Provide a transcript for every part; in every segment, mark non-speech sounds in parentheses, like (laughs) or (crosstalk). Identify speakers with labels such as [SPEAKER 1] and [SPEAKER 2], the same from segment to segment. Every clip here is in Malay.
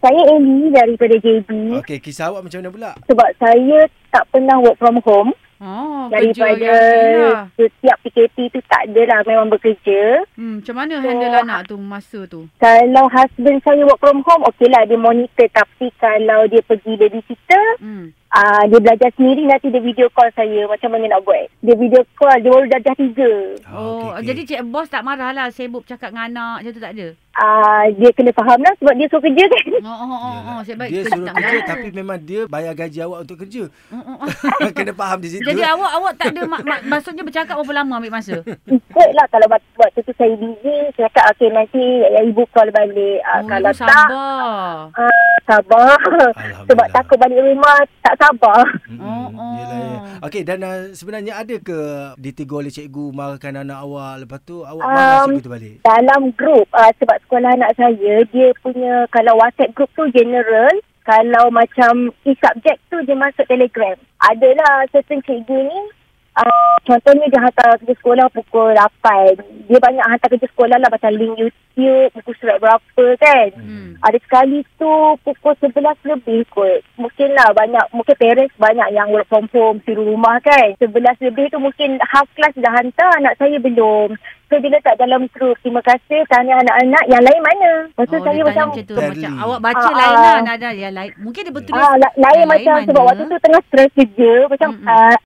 [SPEAKER 1] Saya Ellie daripada JB.
[SPEAKER 2] Hmm?
[SPEAKER 3] Okey, kisah awak macam mana pula?
[SPEAKER 1] Sebab saya tak pernah work from home.
[SPEAKER 2] Oh,
[SPEAKER 1] daripada
[SPEAKER 2] kerja yang ni lah.
[SPEAKER 1] setiap PKP tu tak adalah memang bekerja.
[SPEAKER 2] Hmm, macam mana handle
[SPEAKER 1] ha-
[SPEAKER 2] anak tu masa tu?
[SPEAKER 1] Kalau husband saya work from home, okeylah dia monitor. Tapi kalau dia pergi babysitter,
[SPEAKER 2] Hmm.
[SPEAKER 1] uh, dia belajar sendiri nanti dia video call saya macam mana nak buat. Dia video call, dia baru darjah tiga.
[SPEAKER 3] Ah,
[SPEAKER 2] Oh,
[SPEAKER 3] okey, okey.
[SPEAKER 2] jadi cik bos tak marah lah sibuk cakap dengan anak macam tu tak ada?
[SPEAKER 1] Uh, dia kena faham lah sebab dia suruh kerja
[SPEAKER 2] (laughs)
[SPEAKER 1] kan.
[SPEAKER 2] Oh, oh, oh, oh. Saya baik
[SPEAKER 3] dia
[SPEAKER 2] kita lah.
[SPEAKER 3] suruh
[SPEAKER 2] tak
[SPEAKER 3] kerja
[SPEAKER 2] marah.
[SPEAKER 3] tapi memang dia bayar gaji awak untuk
[SPEAKER 2] (laughs)
[SPEAKER 3] kerja. Kan
[SPEAKER 2] Oh, oh, oh.
[SPEAKER 3] Kena faham di situ.
[SPEAKER 2] Jadi awak awak tak ada mak, mak, maksudnya bercakap berapa lama ambil
[SPEAKER 1] (laughs)
[SPEAKER 2] masa?
[SPEAKER 1] Ikut lah kalau waktu, waktu tu saya busy, saya kata okey nanti ayah ibu call balik. Uh,
[SPEAKER 2] oh,
[SPEAKER 1] kalau
[SPEAKER 2] ibu
[SPEAKER 1] tak,
[SPEAKER 2] sabar. Oh,
[SPEAKER 1] Ah, sabar.
[SPEAKER 3] Alhamdulillah.
[SPEAKER 1] sebab takut balik rumah, tak sabar.
[SPEAKER 3] Mm-mm,
[SPEAKER 2] Oh,
[SPEAKER 3] yelah,
[SPEAKER 2] oh.
[SPEAKER 3] ya. Okey, dan uh, sebenarnya ada ke ditegur oleh cikgu marahkan anak awak lepas tu awak
[SPEAKER 1] Um,
[SPEAKER 3] marah cikgu tu balik?
[SPEAKER 1] Dalam grup, uh, sebab sekolah anak saya, dia punya kalau WhatsApp group tu general, kalau macam each subject tu dia masuk telegram. Adalah certain cikgu ni, uh, contohnya dia hantar kerja sekolah pukul 8. Dia banyak hantar kerja sekolah lah macam link YouTube, buku surat berapa kan.
[SPEAKER 2] Hmm.
[SPEAKER 1] Ada sekali tu pukul 11 lebih kot. Mungkin lah banyak, mungkin parents banyak yang work from home, suruh rumah kan. 11 lebih tu mungkin half class dah hantar, anak saya belum. So dia letak dalam group, terima kasih, tanya anak-anak yang lain mana. Lepas tu
[SPEAKER 2] Oh,
[SPEAKER 1] saya
[SPEAKER 2] dia
[SPEAKER 1] macam,
[SPEAKER 2] tanya macam tu.
[SPEAKER 3] Barely.
[SPEAKER 2] Macam awak baca
[SPEAKER 1] Ah,
[SPEAKER 2] lain lah
[SPEAKER 1] ah.
[SPEAKER 2] nada yang lain. Mungkin dia bertulis.
[SPEAKER 1] ah, la- lain
[SPEAKER 2] yang
[SPEAKER 1] macam
[SPEAKER 2] lain
[SPEAKER 1] sebab
[SPEAKER 2] mana?
[SPEAKER 1] waktu tu tengah stress kerja. Macam,
[SPEAKER 2] Mm-mm.
[SPEAKER 1] ah,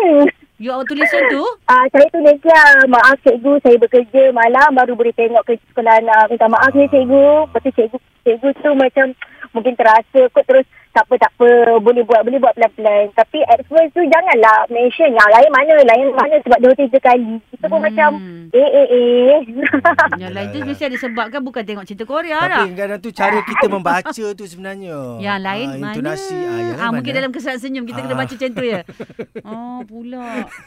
[SPEAKER 1] hmm,
[SPEAKER 2] You awak tulisan tu?
[SPEAKER 1] ah, saya tulis lah, maaf cikgu, saya bekerja malam baru boleh tengok kerja sekolah anak. Minta maaf ya
[SPEAKER 3] Ah.
[SPEAKER 1] cikgu. Lepas tu cikgu, cikgu tu macam mungkin terasa kot terus tak apa tak apa boleh buat boleh buat pelan-pelan tapi at first tu janganlah mention yang lain mana lain mana sebab dia tiga kali kita pun
[SPEAKER 2] Hmm.
[SPEAKER 1] macam eh eh eh (laughs)
[SPEAKER 3] Yelah,
[SPEAKER 2] Yang lain tu
[SPEAKER 3] yelah.
[SPEAKER 2] mesti ada sebab kan bukan tengok cerita Korea lah.
[SPEAKER 3] Tapi kadang-kadang tu cara kita membaca tu sebenarnya.
[SPEAKER 2] Yang Ya, lain
[SPEAKER 3] Ah,
[SPEAKER 2] mana?
[SPEAKER 3] intonasi, ah, yang lain
[SPEAKER 2] ah, mungkin
[SPEAKER 3] mana? (laughs)
[SPEAKER 2] dalam kesan senyum kita kena
[SPEAKER 3] Ah.
[SPEAKER 2] baca macam tu ya. Oh, pula.